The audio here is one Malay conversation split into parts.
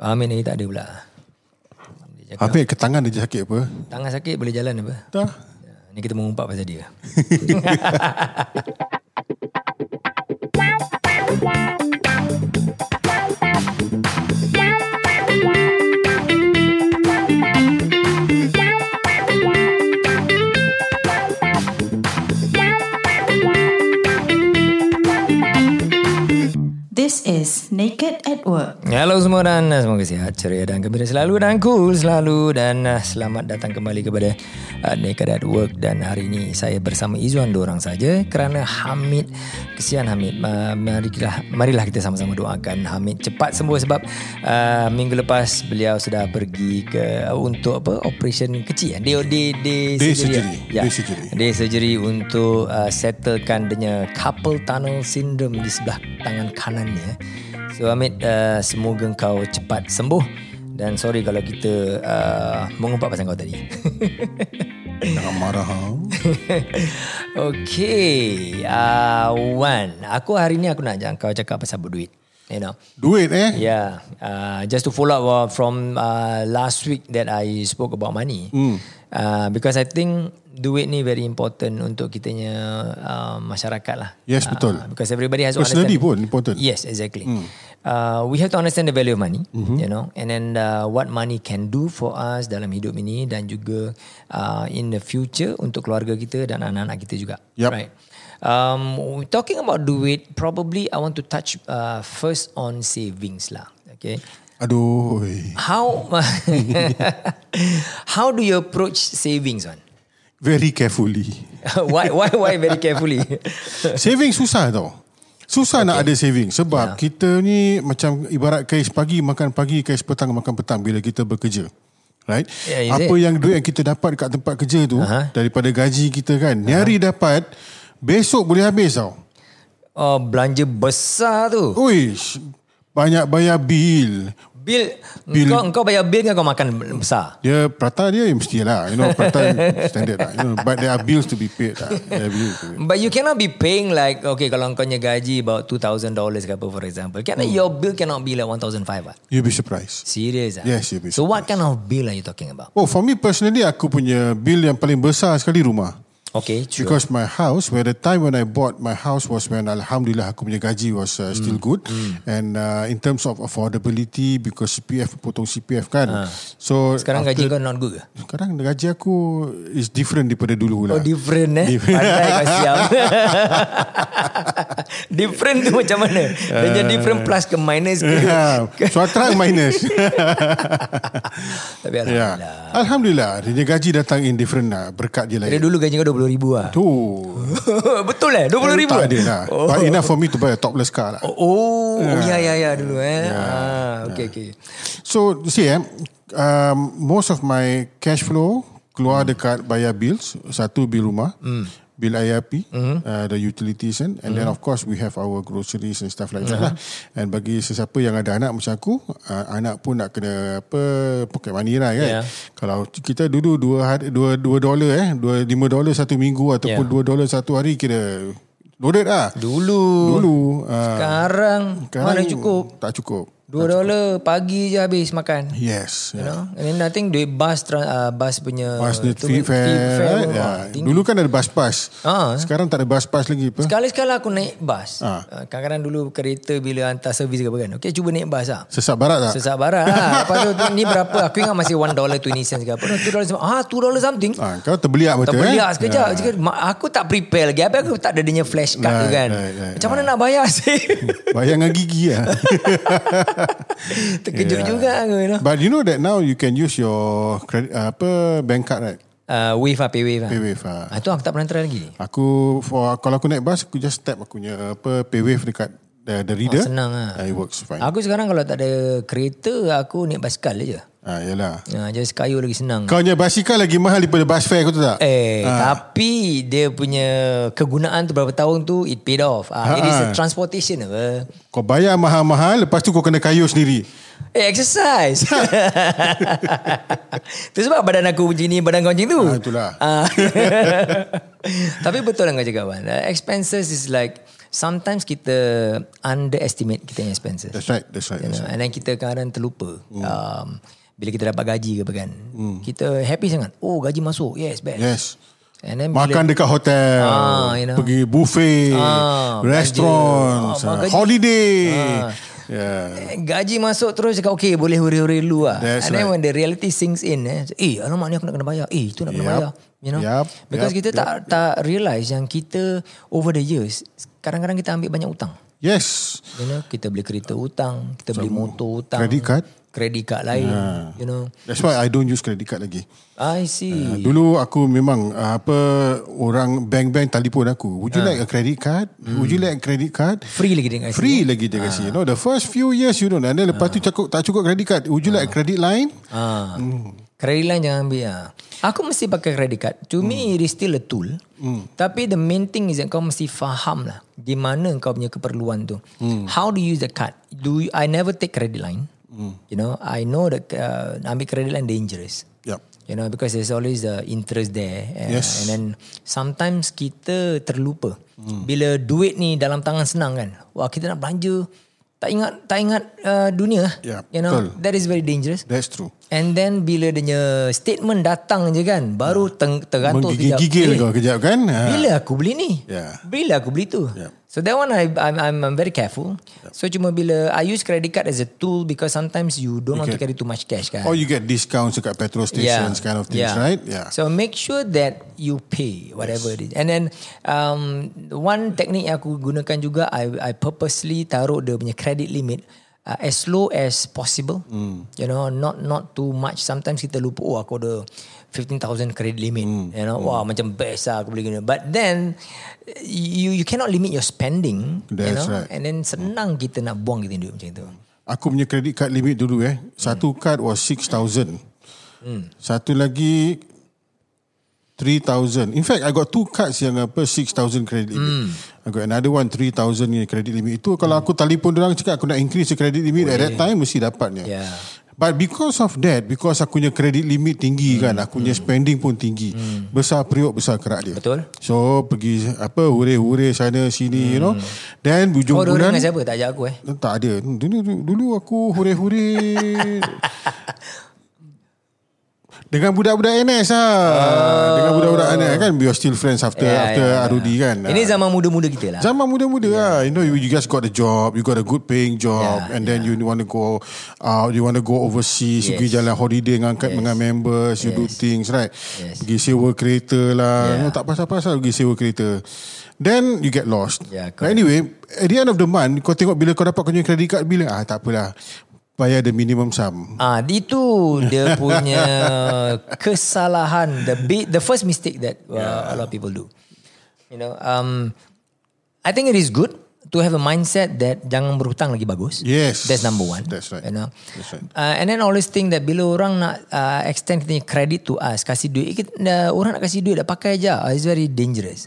Amin ni tak ada pula. Dia cakap, Hafiz ke tangan dia je sakit apa? tangan sakit boleh jalan apa? Dah. Ya, Ni kita mengumpat pasal dia. This is Naked at Work. Halo semua dan eh, semoga sihat, ceria dan gembira selalu dan cool selalu dan ah, selamat datang kembali kepada uh, Naked at Work dan hari ini saya bersama Izzuan dorang saja kerana Hamid kesian Hamid uh, marilah marilah kita sama-sama doakan Hamid cepat sembuh sebab uh, minggu lepas beliau sudah pergi ke untuk apa operation kecil eh? dia dia dia Day surgery. surgery. Ya. Day surgery. Day surgery untuk uh, settlekan dia carpal tunnel syndrome di sebelah tangan kanannya. So Amit, uh, semoga kau cepat sembuh dan sorry kalau kita uh, mengumpat pasal kau tadi. Nak marah. ha? okay, uh, Wan, aku hari ni aku nak ajak kau cakap pasal berduit. You know. Duit eh? Yeah, uh, just to follow up uh, from uh, last week that I spoke about money, Hmm. uh, because I think duit ni very important untuk kitanya uh, masyarakat lah. Yes, Uh, betul. because everybody has to Personally understand. Ya, pun important. Yes, exactly. Hmm. Uh, we have to understand the value of money, Mm-hmm. you know, and then uh, what money can do for us dalam hidup ini dan juga uh, in the future untuk keluarga kita dan anak-anak kita juga. Yup. Right. Um, talking about duit, probably I want to touch uh, first on savings lah. Okay. Aduh. oi. How how do you approach savings on? Very carefully. why why why very carefully? Saving susah tau. Susah okay. nak ada saving Ya. sebab yeah. kita ni macam ibarat kais pagi makan pagi, kais petang makan petang bila kita bekerja. Right? Yeah, Ya, is Apa it? yang duit yang kita dapat kat tempat kerja tu Aha. uh-huh. daripada gaji kita kan, uh-huh. nyari dapat besok boleh habis tau. oh, belanja besar tu. Uish, banyak bayar bil. Bil, bil. Bil. Kau, kau bayar bil kan kau makan besar? Dia prata dia mestilah. You know, prata standard lah. You know, but there are bills to be paid lah. There are bills to be paid. But you cannot be paying like okay kalau kau punya gaji about $2,000 ke apa for example. Can Hmm. your bill cannot be like 1,500 ah? You'll be surprised. Serious ah? Yes, you'll be So what kind of bill are you talking about? Oh, for me personally, aku punya bill yang paling besar sekali rumah. Okay, sure. Because my house, where the time when I bought my house was when Alhamdulillah aku punya gaji was Hmm, uh, still good. And uh, in terms of affordability, because CPF, potong CPF kan. So Ah. sekarang after- gaji kau not good ke? sekarang gaji aku is different daripada dulu Oh lah. different eh Pandai kau siap Different tu macam mana Dia punya different plus ke minus ke Yeah. So I try minus. Tapi yeah. Alhamdulillah Alhamdulillah, dia punya gaji datang in different lah. Berkat dia Kira lain. dulu gaji kau RM20,000 lah Tu. Betul eh RM20,000 Oh, Tak ada lah. Oh. But enough for me to buy a topless car lah. Oh, oh, ya ya ya dulu eh. Ah, okay okay. So you see eh, um, most of my cash flow keluar hmm. dekat bayar bills, satu bil rumah, hmm. bil AIP, hmm. uh, the utilities and, and hmm. then of course we have our groceries and stuff like Uh-huh. hmm. that lah. And bagi sesiapa yang ada anak macam aku, uh, anak pun nak kena apa pocket money lah kan. Yeah. Yeah. Kalau kita dulu dua hari, dua dua dolar eh, dua lima dolar satu minggu ataupun Yeah. dua dolar satu hari kira loaded lah. Dulu. Dulu uh, Sekarang, mana cukup? Tak cukup. Ya. Dua dolar pagi je habis makan. Yes. You Yeah. know? And then I think duit bus tra- uh, bus punya Bus ni Uh, tu, free fare. Right? pun, Yeah. wah, tinggi. Dulu kan ada bus pass. Ah. Sekarang tak ada bus pass lagi apa? Sekali-sekala aku naik bus. Ah. Uh, kadang-kadang dulu kereta bila hantar servis ke apa kan. Okay, cuba naik bus lah. Sesat barat tak? Sesat barat lah. Lepas tu, tu ni berapa? Aku ingat masih $1.20 ke apa. No, $2 something. Ah, $2 something. Ah, kau terbeliak betul Terpeliak eh? sekejap. Cakap, "Mak, Aku tak prepare lagi. Habis aku tak ada dia punya flash card tu Right, kan. right, right, Macam mana nak bayar sih? Bayangan Ya. gigi lah. Ya. Terkejut juga aku. You know? But you know that now you can use your credit, uh, apa bank card right? uh, wave lah, pay wave lah. Paywave lah. Ah, tu aku tak pernah try lagi. Aku for kalau aku naik bus aku just tap aku punya apa paywave dekat the, the reader. Oh, senang lah. Ah, it works fine. Aku sekarang kalau tak ada kereta, aku naik basikal je. Ah, yalah. Ha, just kayu lagi senang. Kau punya basikal lagi mahal daripada bus fare kau tu tak? Eh, Ah. tapi dia punya kegunaan tu berapa tahun tu it paid off. Ah, it is a Ha-ha. transportation apa. Kau bayar mahal-mahal lepas tu kau kena kayu sendiri. Eh, exercise. tu sebab badan aku macam ni, badan kau macam tu. Ah, itulah. Ah. tapi betul lah kau cakap, Wan. Uh, Expenses is like sometimes kita underestimate kita punya expenses. That's right, that's right. You That's right. know, and then kita kadang-kadang terlupa. Hmm. Um, bila kita dapat gaji ke apa kan. Hmm. Kita happy sangat. Oh gaji masuk. Yes, best. Yes. And then Makan dekat hotel, Ah, you know. pergi buffet, Ah, restaurant, belanja. Ah, makan- holiday. Ah. Yeah. Eh, gaji masuk terus cakap okay boleh huri-huri dulu lah. That's And then right. when the reality sinks in eh, eh alamak ni aku nak kena bayar. Eh itu nak kena Yup. bayar. You know? Yup. Because Yup. kita tak tak realise yang kita over the years kadang-kadang kita ambil banyak utang. Yes. You know, kita beli kereta utang, kita beli motor utang. credit card. Ah. Credit card lain. You know. That's why I don't use credit card lagi. I see. Dulu aku memang uh, apa orang bank-bank telefon Ah. aku. Would you like a credit card? Hmm. Would you like a credit card? Free lagi dengan Free lagi dia Ah. kasi. You know, the first few years you know. And then lepas tu cakap tak cukup credit card. Would you Ah. like a credit line? Ha. Hmm. Credit line jangan ambil ha. Aku mesti pakai credit card. To me it is still a tool. Hmm. Tapi the main thing is that kau mesti faham lah di mana kau punya keperluan tu. Hmm. How do you use the card? Do you, I never take credit line. Hmm. You know, I know that uh, ambil credit line dangerous. Yup. You know because there's always the interest there uh, Yes. and then sometimes kita terlupa. Hmm. Bila duit ni dalam tangan senang kan. Wah kita nak belanja tak ingat tak ingat uh, dunia lah. Ya, you know betul. that is very dangerous. That's true. And then bila dia punya statement datang je kan baru teng- tergantung Menggigil-gigil Ya. kau Ya. kejap kan? Ha. Eh. Bila aku beli ni? Yeah. Bila aku beli tu? Yeah. So that one I I'm I'm, I'm very careful. Ya. So cuma bila I use credit card as a tool because sometimes you don't want to Okay. Oh, carry too much cash kan. Or you get discounts dekat petrol stations kind of things, right? Yeah. So make sure that you pay whatever it is. And then um, one technique yang aku gunakan juga, I I purposely taruh dia punya credit limit uh, as low as possible. Mm. Hmm. You know, not not too much. Sometimes kita lupa, oh aku ada 15,000 credit limit. Mm. Hmm. You know, wah macam best lah aku boleh guna. But then you you cannot limit your spending. you That's know? right. And then senang kita nak buang kita duit macam tu. Aku punya credit card limit dulu eh. Satu Hmm. card was 6,000. Satu lagi 3,000. In fact, I got two cards yang apa 6,000 credit Hmm. limit. I got another one 3,000 ni credit limit. Itu kalau aku telefon orang cakap aku nak increase the credit limit at that time mesti dapatnya. Yeah. But because of that, because aku punya credit limit Hmm. tinggi kan, aku punya spending pun tinggi. Besar periuk besar kerak dia. Betul. So pergi apa hore-hore sana sini you know. Then hujung Kau dulu bulan dengan siapa? Tak ajak aku eh. tak ada. Dulu, dulu aku hore-hore dengan budak-budak NS lah. Oh. Dengan budak-budak NS kan we are still friends after yeah, Ya, after yeah, ROD kan. Ini zaman muda-muda kita lah. Zaman muda-muda yeah. lah. You know, you, you guys got a job. You got a good paying job. Yeah, and then yeah. you want to go out. You want to go overseas. ya. Yes. You pergi jalan holiday ngangkat yes. dengan members. You yes. do things, right? Yes. Pergi sewa kereta lah. Yeah. You know, tak pasal-pasal pergi sewa kereta. Then you get lost. Yeah, But anyway, at the end of the month, kau tengok bila kau dapat kau punya credit card bila? Ah, tak apalah. Bayar the minimum sum. Ah, itu dia punya kesalahan. The big, the first mistake that uh, a lot of people do. You know, um, I think it is good to have a mindset that jangan berhutang lagi bagus. Yes. that's number one. That's right. You know, That's right. Uh, and then always think that bila orang nak uh, extend kita punya credit to us, kasih duit, eh, kita, uh, orang nak kasih duit dah pakai je. Uh, it's very dangerous.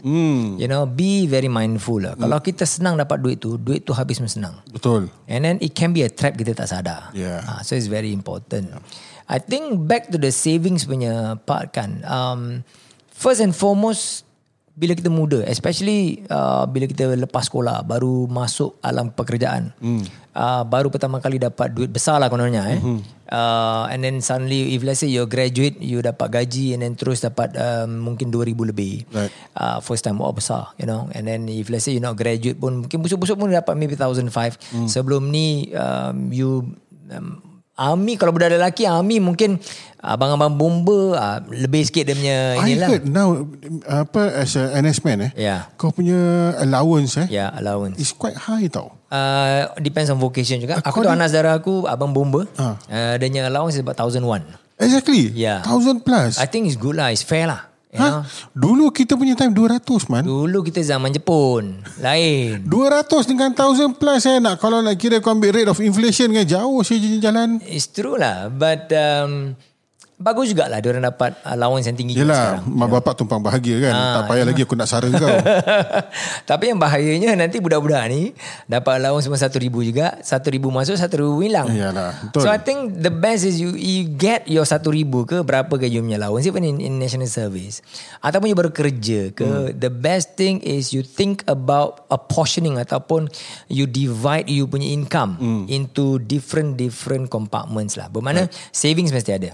Mm. Hmm. You know, be very mindful lah. Mm. Kalau kita senang dapat duit tu, duit tu habis pun senang. Betul. And then it can be a trap kita tak sadar. Yeah. Ah, so it's very important. I think back to the savings punya part kan. Um, first and foremost, bila kita muda, especially uh, bila kita lepas sekolah, baru masuk alam pekerjaan, Hmm. mm. uh, baru pertama kali dapat duit besar lah kononnya. Eh. Mm-hmm. Uh, and then suddenly, if let's say you're graduate, you dapat gaji and then terus dapat um, mungkin 2,000 lebih. Right. Uh, first time, wah besar, you know. And then if let's say you're not graduate pun, mungkin busuk-busuk pun dapat maybe 1,005. Mm. Sebelum ni, um, you... Um, Army kalau budak lelaki Army mungkin uh, abang-abang bomba ah, lebih sikit dia punya I inilah. heard now, apa, as a NS man eh, Yeah. kau punya allowance eh, Ya, yeah, allowance. is quite high tau. Uh, depends on vocation juga. Aku tu anak saudara aku abang bomba. Uh. Uh, dia punya allowance is about 1001. Exactly. Yeah. Thousand plus. I think it's good lah, it's fair lah. You know? ha? Dulu kita punya time 200 man. Dulu kita zaman Jepun, lain. 200 dengan 1000 plus eh nak kalau nak kira kau ambil rate of inflation kan jauh saya jalan. It's true lah, but um, bagus jugalah diorang dapat uh, allowance yang tinggi juga Yelah, mak bapak tumpang bahagia kan. Ah, tak ya. payah lagi aku nak sara kau. Tapi yang bahayanya nanti budak-budak ni dapat allowance cuma satu ribu juga, satu ribu masuk, satu ribu hilang. Iyalah, betul. So I think the best is you you get your satu ribu ke berapa ke you punya allowance even in, in national service ataupun you baru kerja ke. Hmm. The best thing is you think about apportioning ataupun you divide you punya income Hmm. into different different compartments lah. Bermakna savings mesti ada.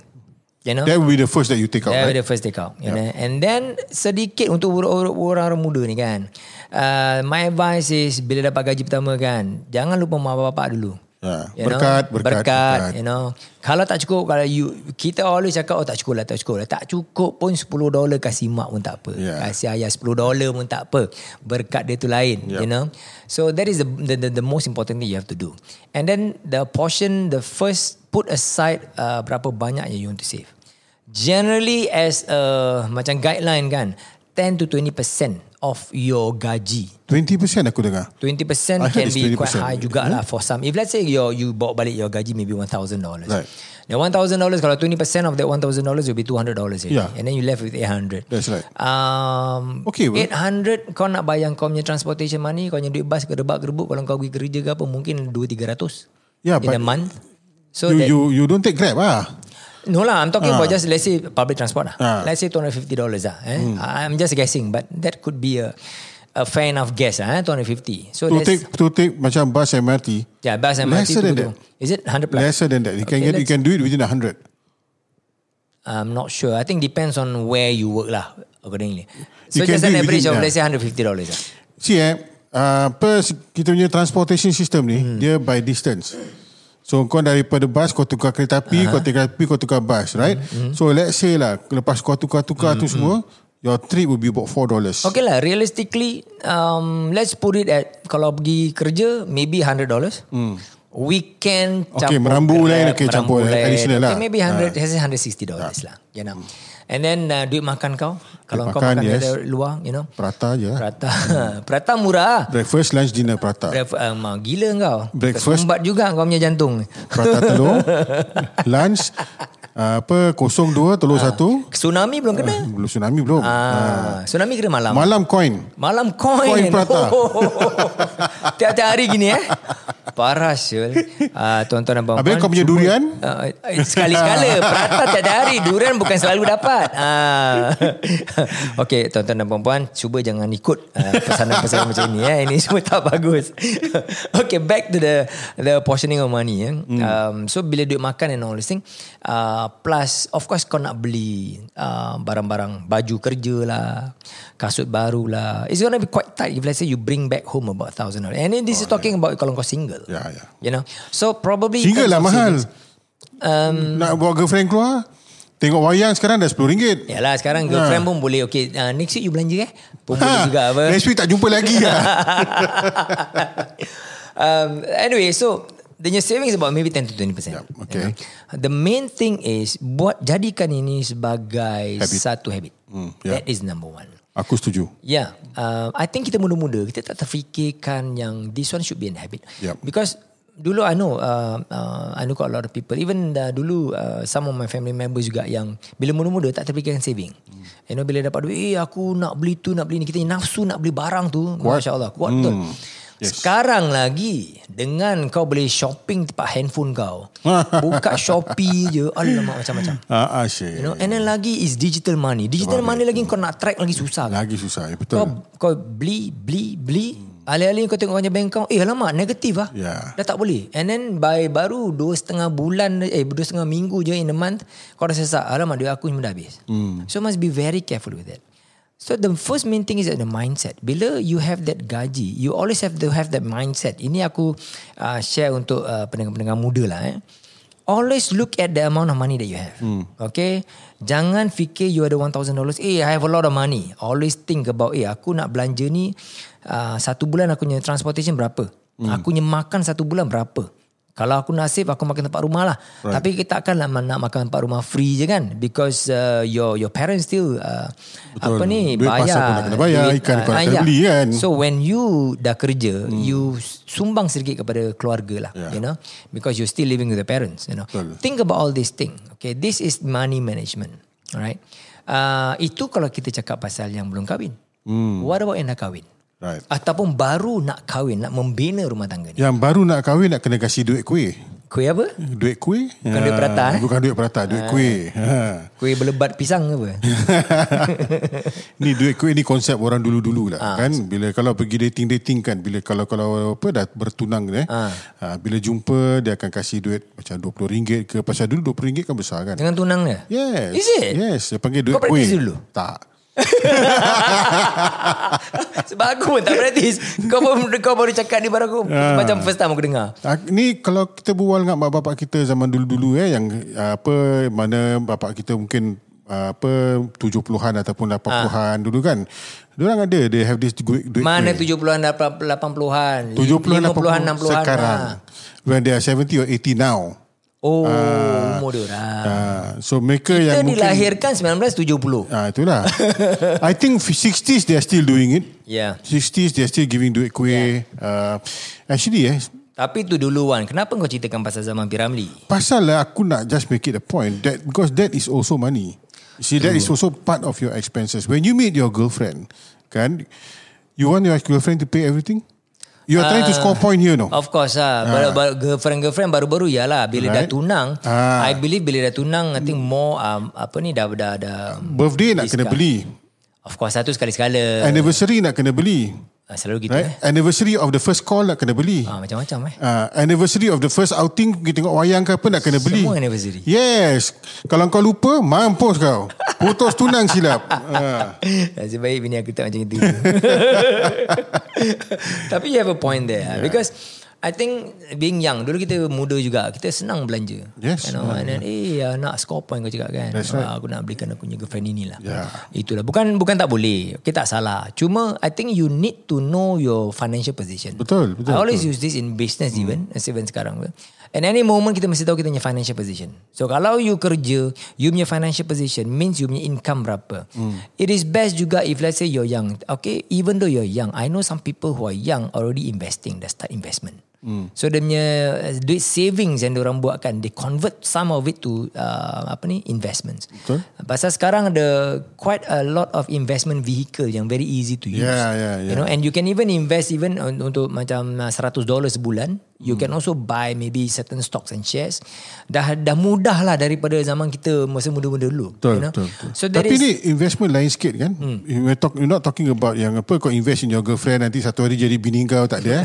You know? That will be the first that you take out. Yeah, the Right? first take out. You know? And then sedikit untuk or- or- orang-orang muda ni kan. Uh, my advice is bila dapat gaji pertama kan, jangan lupa mak bapak dulu. Ya, You know? berkat, berkat, berkat, berkat. You know, kalau tak cukup, kalau you kita always cakap oh tak cukup lah, tak cukup lah. Tak cukup pun 10 dolar kasih mak pun tak apa. Ya. Kasih ayah 10 dolar pun tak apa. Berkat dia tu lain, you know. So that is the, the the the most important thing you have to do. And then the portion the first put aside uh, berapa banyak yang you want to save. Generally as a macam guideline kan 10 to 20% of your gaji 20% aku dengar. 20% I heard can it's Hmm? be quite 20%. high juga lah for some. If let's say your you bawa balik your gaji maybe $1,000. Right. Now $1,000 kalau 20% of that $1,000 will be $200 already. Yeah. And then you left with 800. That's right. Um, Okay, well. 800 kau nak bayang kau punya transportation money, kau punya duit bas ke debak gerbuk kalau kau pergi kerja ke apa mungkin 2-300. Yeah, in Ya, but a month. So you, that, you you don't take grab ah. No lah, I'm talking about just let's say public transport lah. Ah. Hmm. Let's say $250 lah. Eh? I'm just guessing but that could be a a fair enough guess lah eh, 250. So To let's take to take macam bus MRT. Yeah, bus and MRT Lesser tu than betul. that. Is it 100 plus? Lesser than that. You can Okay, get you let's- can do it within a hundred. I'm not sure. I think depends on where you work lah accordingly. So You can just do an it average within, of yeah. let's say 150 dollars lah. See eh, uh, per kita punya transportation system ni Hmm. dia by distance. So kau daripada bus kau tukar kereta api, uh-huh. kau tukar api kau tukar bus, right? Hmm, Mm-hmm. So let's say lah lepas kau tukar-tukar mm-hmm. tu semua, your trip will be about $4. Okay lah, realistically, um, let's put it at kalau pergi kerja maybe 100 dollars. Hmm. Weekend campur Okay, merambu Grab, lain, okay, campur merambu lain. additional lah. Okay, maybe 100 let's say 160 dollars lah. You know. And then uh, duit makan kau kalau kau makan, makan yes. dari luar, you know. Prata je lah. Prata. Prata murah. Breakfast, lunch, dinner, prata. Breakfast, um, gila kau. Breakfast. Kesumbat juga kau punya jantung. Prata telur, lunch, uh, apa, kosong dua, telur satu. Tsunami belum kena. Belum tsunami belum. Ah, tsunami kena malam. Malam coin. malam coin. Coin prata. Tiap-tiap hari gini eh. Parah Syul. Ah, tuan-tuan dan puan-puan. Habis kau punya cuba- durian? Ah, eh, sekali-sekala. Prata tiap-tiap hari. Durian bukan selalu dapat. Ah. Okey, tuan-tuan dan puan-puan. Cuba jangan ikut ah, pesanan-pesanan macam ni. Eh. Ini semua tak bagus. okay, back to the the portioning of money. Eh. Hmm. Um, so, bila duit makan and all this thing. Uh, plus, of course kau nak beli uh, barang-barang. Baju kerja lah. Kasut baru lah. It's going to be quite tight if let's say you bring back home about $1,000. And then this is talking about kalau kau single. Ya, ya. You know So probably Single lah mahal. um, Nak bawa girlfriend keluar, tengok wayang sekarang dah RM10. Yalah sekarang Ha. girlfriend pun boleh Okay uh, next week you belanja eh Pun boleh juga apa Next week tak jumpa lagi lah. um, Anyway so Then your savings about maybe 10 to 20%. okay. You know? The main thing is buat jadikan ini sebagai Habit. Hmm, satu habit. yeah. That is number one. Aku setuju. Yeah, uh, I think kita muda-muda kita tak terfikirkan yang this one should be an habit. Yup. Because dulu I know uh, uh, I know got a lot of people even dah dulu uh, some of my family members juga yang bila muda-muda tak terfikirkan saving. Hmm. You know bila dapat duit eh aku nak beli tu nak beli ni kita ni nafsu nak beli barang tu masya-Allah kuat betul. Yes. Sekarang lagi dengan kau boleh shopping tempat handphone kau. Buka Shopee je alamak macam-macam. Ah, ah, You you know and then lagi is digital money. Digital money lagi kau nak track lagi susah kan. Lagi susah. Ya, Kau, betul. Hmm. kau beli, beli, beli. Alih-alih kau tengok banyak bank account. Eh alamak, negatif lah. Ya. Dah tak boleh. And then by baru dua setengah bulan, eh dua setengah minggu je in a month, kau dah sesak. Alamak, duit aku cuma dah habis. Hmm. So must be very careful with that. So the first main thing is the mindset. Bila you have that gaji, you always have to have that mindset. Ini aku uh, share untuk uh, pendengar-pendengar muda lah eh. Always look at the amount of money that you have. Hmm. Okay? Jangan fikir you ada $1,000. Eh, I have a lot of money. Always think about, eh, aku nak belanja ah, Hmm. ni uh, satu bulan aku punya transportation berapa? Aku punya makan satu bulan berapa? Kalau aku nasib aku makan tempat rumah lah. Right. Tapi kita takkan nak, nak makan tempat rumah free je kan because uh, your your parents still uh, Betul. apa ni Duit pasar bayar. pun nak kena bayar, ikan ah, kau nak ah, kena ya. beli kan. So when you dah kerja, hmm. you sumbang sedikit kepada keluarga lah, yeah. you know, because you're still living with the parents, you know. Betul. Think about all these thing. Okay, this is money management. Alright. Uh, itu kalau kita cakap pasal yang belum kahwin. Hmm. What about yang dah kahwin? Right. Ataupun baru nak kahwin, nak membina rumah tangga ni. Yang baru nak kahwin nak kena kasih duit kuih. Kuih apa? Duit kuih? Ah, Bukan duit perata, eh? Bukan duit perata, duit kuih. Ha. Kuih berlebat pisang ke apa? ni duit kuih ni konsep orang dulu-dulu Ah. lah kan bila kalau pergi dating-dating kan bila kalau kalau apa dah bertunang ni eh Ah. ha. bila jumpa dia akan kasih duit macam RM20 ke pasal dulu RM20 kan besar kan Dengan tunang dia? yes Is it? yes dia panggil Kau duit kuih practice dulu? tak Sebab aku pun tak praktis. Kau pun kau baru cakap ni baru aku macam first time aku dengar. Ah, Ni kalau kita berbual dengan bapak-bapak kita zaman dulu-dulu eh yang ah, apa mana bapak kita mungkin ah, apa 70-an ataupun 80-an dulu kan. Diorang ada they have this duit duit. Ah. Mana kuih. 70-an, 80-an, 70-an 50-an, 80-an 60-an. sekarang. ah. When they are 70 or 80 now. Oh, umur dia orang. Ah, so mereka Kita yang mungkin dilahirkan 1970. Ah itulah. I think 60s they are still doing it. Yeah. 60s they are still giving duit kuih. Yeah. Uh, actually eh Tapi tu dulu Wan, kenapa kau ceritakan pasal zaman Piramli? Pasal lah aku nak just make it a point that because that is also money. You see, that is also part of your expenses. When you meet your girlfriend, kan, you want your girlfriend to pay everything? You are trying to Ah, score point here, no? Of course lah. Baru, baru, girlfriend-girlfriend baru-baru ya lah. Bila dah Ah. Right. tunang, Ah. I believe bila dah tunang, I think more, um, apa ni, dah, dah, dah. Birthday nak kena beli. Of course satu sekali-sekala. Anniversary nak kena beli. Ah, Selalu gitu Right? eh. Anniversary of the first call nak kena beli. Ah, macam-macam eh. Uh, anniversary of the first outing pergi tengok wayang ke apa nak kena beli. Semua anniversary. Yes. Kalau kau lupa, mampus kau. Putus tunang silap. Uh, Nasib baik bini aku tak macam itu. Tapi you have a point there. Yeah. Because I think being young, dulu kita muda juga, kita senang belanja. Yes. You know, and then, eh, uh, nak score point kau cakap kan. That's Ah, aku nak belikan aku punya girlfriend inilah. Yeah. Itulah. Bukan bukan tak boleh. Okay, tak salah. Cuma I think you need to know your financial position. Betul, I betul, always use this in business Hmm. even, even sekarang. pun. At any moment kita mesti tahu kita punya financial position. So kalau you kerja, you punya financial position means you punya income berapa. Hmm. It is best juga if let's say you're young. Okay, even though you're young, I know some people who are young already investing, dah start investment. Hmm. So dia punya uh, duit savings yang orang buatkan, they convert some of it to uh, apa ni investments. Betul. Pasal sekarang ada quite a lot of investment vehicle yang very easy to use. Yeah, yeah, yeah. You know, and you can even invest even un- untuk macam uh, 100 dolar sebulan. You Hmm. can also buy maybe certain stocks and shares. Dah dah mudah lah daripada zaman kita masa muda-muda dulu. Betul, you know? betul, betul. So there is, Tapi ni investment lain sikit kan. Hmm. We're, talk, we're not talking about yang apa kau invest in your girlfriend nanti satu hari jadi bini kau tak ada eh.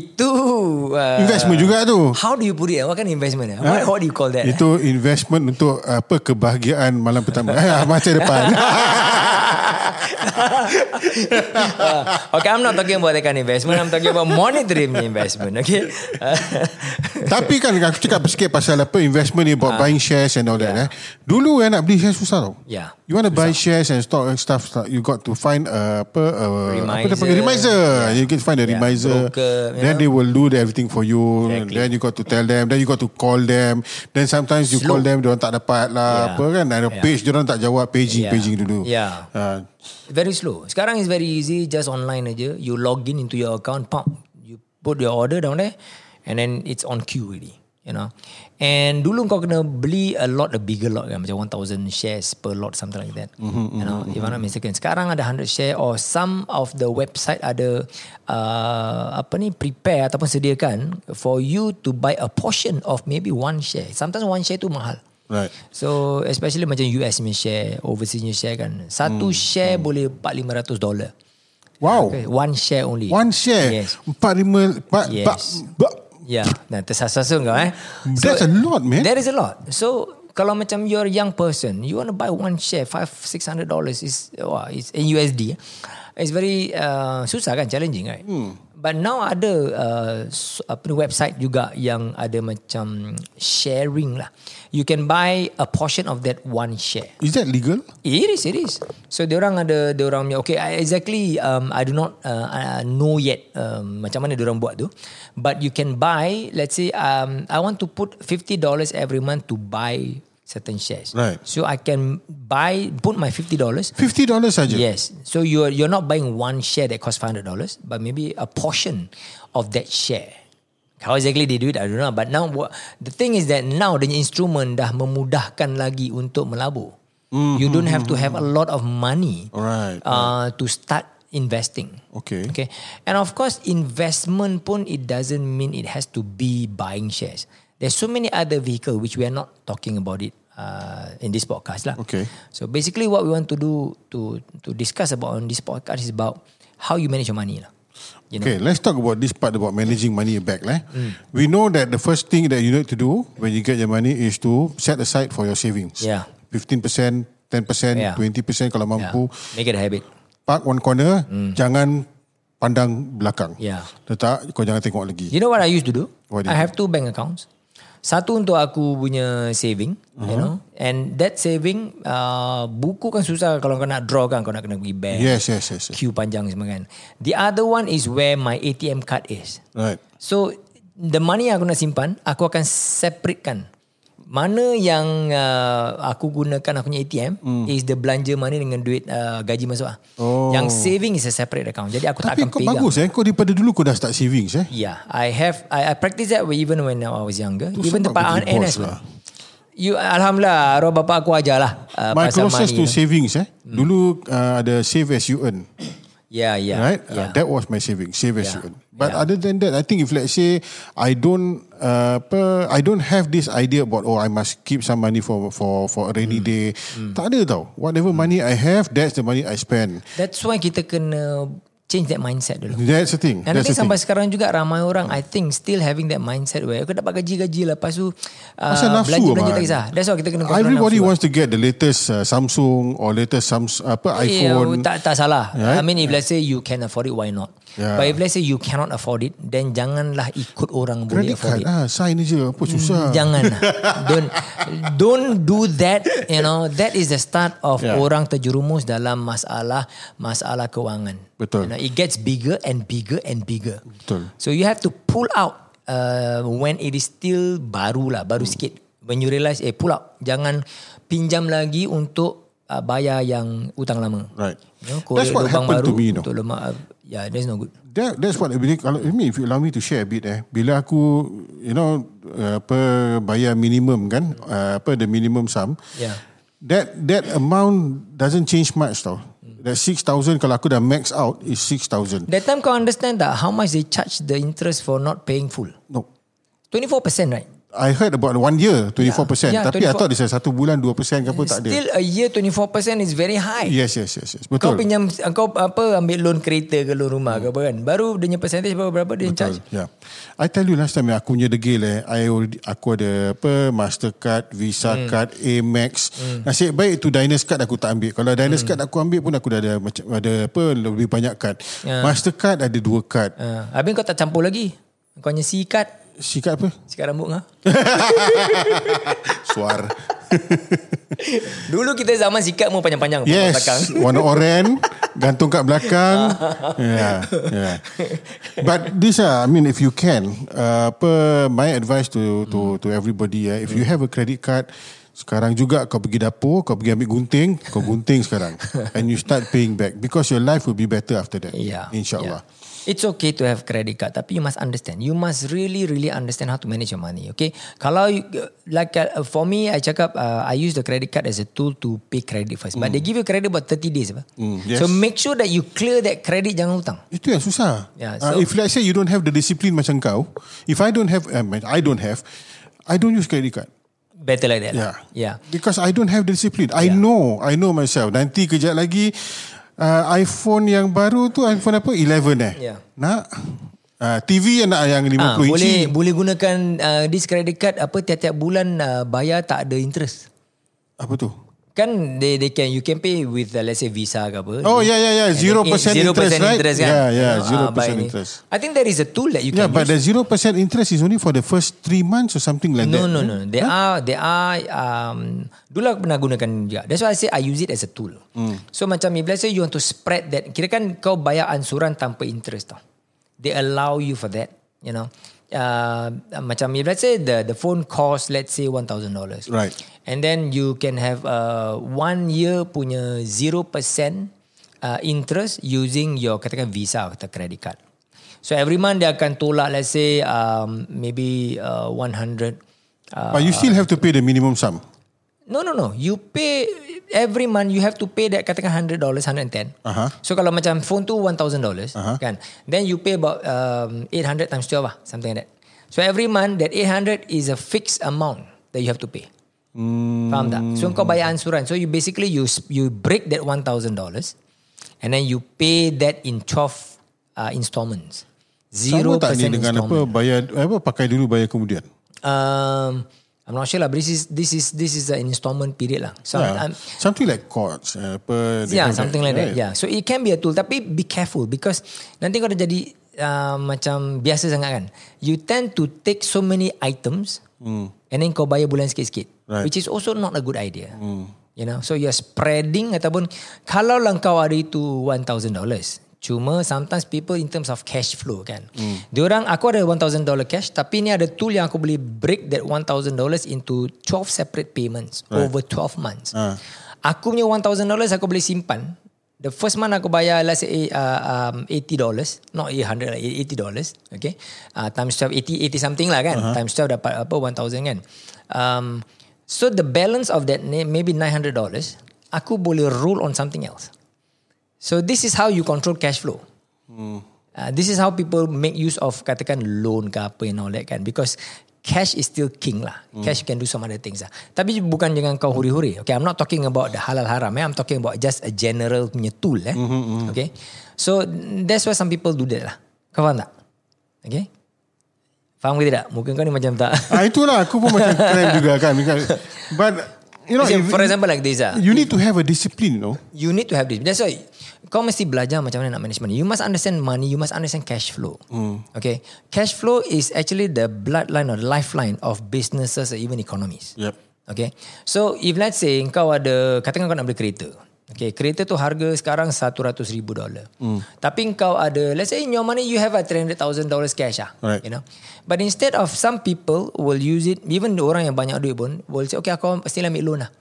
itu uh, investment juga Ah. tu. How do you put it? What kind of investment? eh? What, what do you call that? eh? Itu investment untuk apa kebahagiaan malam pertama. eh, masa depan. Uh, okay, I'm not talking about that kind of investment. I'm talking about monetary punya investment. Okay. Uh, Tapi kan aku cakap sikit pasal apa investment ni Ah. about buying shares and all that eh. Dulu eh nak beli shares susah tau. Yeah. You want to buy shares and stock and stuff like you got to find a, apa a, apa dia Remiser. panggil remiser. Yeah. You can find a yeah. remiser. Broker, you Then know. they will do the everything for you. Exactly. Then you got to tell them. Then you got to call them. Then sometimes you Slow. call them, dia orang tak dapat lah Yeah. apa kan. Ada Yeah. page dia orang tak jawab paging Yeah. paging dulu. Yeah. Uh, Very slow. Sekarang is very easy. Just online aja. You log in into your account. Pump. You put your order down there. And then it's on queue already. You know. And dulu kau kena beli a lot, a bigger lot kan. Macam 1,000 shares per lot. Something like that. you know. If I'm not mistaken. Sekarang ada 100 share or some of the website ada uh, apa ni prepare ataupun sediakan for you to buy a portion of maybe one share. Sometimes one share tu mahal. right. So especially macam US punya share, overseas punya share kan. Satu Hmm, share boleh 4-500 dolar. Wow. Okay, Eh, one share only. One share. Yes. Empat lima. Empat, Yes. empat, empat. Ya, yeah. nah, tersasun kau eh. Hmm, That's a lot, man. There is a lot. So kalau macam you're a young person, you want to buy one share, five, six eh. hundred dollars is wah, it's in USD. It's very uh, susah kan, challenging right. Hmm. But now ada uh, s- apa ni, website juga yang ada macam sharing lah. You can buy a portion of that one share. Is that legal? It is, it is. Eh, So diorang ada diorang punya okay I, exactly um, I do not uh, uh, know yet um, macam mana diorang buat tu. But you can buy let's say um, I want to put $50 every month to buy certain shares. Right. So I can buy put my $50 Fifty dollars saja. Yes. So you're you're not buying one share that costs five hundred dollars, but maybe a portion of that share. How exactly they do it, I don't know. But now, what, the thing is that now the instrument dah memudahkan lagi untuk melabur. You don't have to have a lot of money Mm-hmm. Alright, uh, to start investing. Okay. Okay. And of course, investment pun it doesn't mean it has to be buying shares. There's so many other vehicle which we are not talking about it uh, in this podcast lah. Okay. So basically, what we want to do to to discuss about on this podcast is about how you manage your money lah. You know. Mm. Okay, let's talk about this part about managing money back. Eh? We know that the first thing that you need to do when you get your money is to set aside for your savings. Yeah. 15%, 10%, Yeah. 20% Yeah. kalau mampu. Make it a habit. Park one corner, jangan pandang belakang. Yeah. Letak, kau jangan tengok lagi. You know what I used to do? What do I you have two bank accounts. Satu untuk aku punya saving, Uh-huh. you know. And that saving, uh, buku kan susah kalau kau nak draw kan, kau nak kena pergi bank. Yes, yes, yes. yes. queue panjang semua kan. The other one is where my ATM card is. Right. So the money yang aku nak simpan, aku akan separatekan. Mana yang uh, aku gunakan aku punya ATM is the belanja money dengan duit uh, gaji masuk ah. Hmm. Oh. Yang saving is a separate account. Jadi aku tak Tapi akan kau pegang. bagus eh. Kau daripada dulu kau dah start savings eh. Yeah, I have I, I practice that even when I was younger. Tu even sebab tempat kau jadi NS. boss lah. Lah. You alhamdulillah arwah bapa aku ajarlah uh, My pasal closest money. to Mm. savings eh. Dulu uh, ada save as you earn. yeah, yeah. right? Yeah. Uh, that was my saving, save as Yeah. you earn. But Yeah. other than that, I think if let's say I don't, uh, apa, I don't have this idea about oh I must keep some money for for for a Hmm. rainy day. Tak ada tau. Whatever money I have, that's the money I spend. That's why kita kena change that mindset dulu. That's the thing. Dan I that's think the sampai thing. sekarang juga ramai orang I think still having that mindset where aku dapat gaji-gaji lepas tu uh, Pasal nafsu, belanja-belanja tak Ahmad. kisah. That's why kita kena kontrol Everybody nafsu. wants to get the latest uh, Samsung or latest Sams, apa Yeah, Eh, iPhone. tak tak salah. Right? I mean if let's say you can afford it why not? Yeah. But if let's say you cannot afford it then janganlah ikut orang boleh Credit afford card it. ah, sign aja apa susah. Jangan lah. Don't Don't do that You know That is the start of Yeah. yeah. Orang terjerumus dalam masalah Masalah kewangan Betul. you know, It gets bigger and bigger and bigger Betul. So you have to pull out uh, When it is still Baru lah Hmm. Baru sikit When you realise Eh pull out Jangan pinjam lagi untuk uh, Bayar yang utang lama Right. you know, That's what lubang happened to me, you know. Untuk lemak uh, Yeah that's no good That, that's what I believe. Kalau I mean, if you allow me to share a bit eh, bila aku, you know, uh, apa bayar minimum kan, uh, apa the minimum sum. Yeah. That that amount doesn't change much tau. That 6,000 kalau aku dah max out is 6,000. That time kau understand tak How much they charge the interest For not paying full No. 24% right I heard about one year 24%. Yeah, tapi 24. I thought it's a satu bulan 2% ke apa tak ada. Still a year 24% is very high. Yes, yes, yes. yes. Kau Betul. pinjam kau apa ambil loan kereta ke loan rumah ke apa kan. Baru dia punya percentage berapa berapa dia charge. Betul. Yeah. I tell you last time aku punya degil eh. I already, aku ada apa Mastercard, Visa card, Amex. Nasib baik tu Diners card aku tak ambil. Kalau Diners card aku ambil pun aku dah ada macam ada apa lebih banyak card. Mastercard ada dua card. Ha, habis kau tak campur lagi. Kau hanya sikat, Si card apa? sikat rambut ngah. Suar. Dulu kita zaman sikat mau panjang-panjang yes. belakang. Warna oren. Gantung kat belakang. yeah. Yeah. But this ah, I mean if you can, uh, apa my advice to to Hmm. to everybody eh, if you have a credit card sekarang juga kau pergi dapur, kau pergi ambil gunting, kau gunting sekarang and you start paying back because your life will be better after that. Yeah. Yeah. Insyaallah. Ya. It's okay to have credit card tapi you must understand. You must really really understand how to manage your money, okay? Kalau you, like uh, for me I cakap uh, I use the credit card as a tool to pay credit first. But they give you credit about 30 days apa. Mm. yes. So make sure that you clear that credit jangan hutang. Itu yang susah. Yeah, so- Ah, if let's say you don't have the discipline macam kau, if I don't have I, mean, I don't have I don't use credit card. Better like that. lah. Yeah. Yeah. Because I don't have the discipline. I Yeah. know, I know myself. Nanti kejap lagi uh, iPhone yang baru tu iPhone apa? 11 eh. Yeah. Nak uh, TV yang nak yang 50 Ah, inci. boleh boleh gunakan uh, this credit card apa tiap-tiap bulan uh, bayar tak ada interest. Apa tu? Kan they they can you can pay with uh, let's say Visa ke apa. Oh, yeah, yeah, yeah. And then 0% eh, 0% interest, right? interest kan? Yeah, yeah, You know, ah, 0% by ni. interest. I think there is a tool that you Yeah, can but use. the zero percent interest is only for the first three months or something like No, that. no, no. There are, there are. Um, dulu aku pernah gunakan juga. That's why I say I use it as a tool. So macam if let's say you want to spread that, kira kan kau bayar ansuran tanpa interest tau. They allow you for that, you know. Uh, macam if let's say the the phone cost let's say one thousand dollars. Right. And then you can have uh, one year punya 0% uh, interest using your katakan Visa atau credit card. So every month dia akan tolak let's say um, maybe uh, 100. Uh, But you still have to pay the minimum sum. no, no, no. You pay every month you have to pay that katakan $100, 110. Aha. So kalau macam phone tu $1,000 Aha. kan. Then you pay about um, 800 times 12 lah. Something like that. So every month that 800 is a fixed amount that you have to pay. Hmm. Faham tak? So kau bayar ansuran. So you basically you you break that $1,000 and then you pay that in 12 uh, installments. 0% Sama tak ni dengan installment. apa bayar apa pakai dulu bayar kemudian. Um, I'm not sure lah. But this is this is this is an installment period lah. So Yeah. I'm, something like courts uh, apa they yeah, have something like that. Yeah. So it can be a tool tapi be careful because nanti kau dah jadi uh, macam biasa sangat kan. You tend to take so many items mm. and then kau bayar bulan sikit-sikit. Right. Which is also not a good idea. Mm. You know, so you're spreading ataupun kalau lah kau ada itu $1,000 Cuma sometimes people in terms of cash flow kan. Mm. Diorang, aku ada $1,000 cash tapi ni ada tool yang aku boleh break that $1,000 into 12 separate payments right. over 12 months. Ah. Aku punya $1,000 aku boleh simpan. The first month aku bayar let's say uh, um, $80. Not $800, lah, $80. Okay. Uh, times 12, 80, 80 something lah kan. Uh-huh. Times 12 dapat apa, $1,000 kan. Um, so the balance of that ni- maybe $900. Aku boleh roll on something else. So this is how you control cash flow. Uh, this is how people make use of katakan loan ke apa and all that kan because cash is still king lah. Cash can do some other things lah. Tapi bukan dengan kau huri-huri. Okay, I'm not talking about the halal haram. Eh. I'm talking about just a general punya tool. Eh. Okay. So that's why some people do that lah. Kau faham tak? Okay. Faham ke tidak? Mungkin kau ni macam tak. Ah itulah aku pun macam crime juga kan because but you know Macam if- for example like this lah. you need to have a discipline you know. You need to have this. That's why kau mesti belajar macam mana nak manage money. You must understand money. You must understand cash flow. Okay, cash flow is actually the bloodline or lifeline of businesses or even economies. Yep. Okay, so if let's say kau ada katakan kau nak beli kereta. Okay, kereta tu harga sekarang 100 ribu dolar. Tapi kau ada, let's say in your money you have a 300,000 dollars cash ah. Right. You know. But instead of some people will use it, even orang yang banyak duit pun will say, okay aku still ambil loan lah.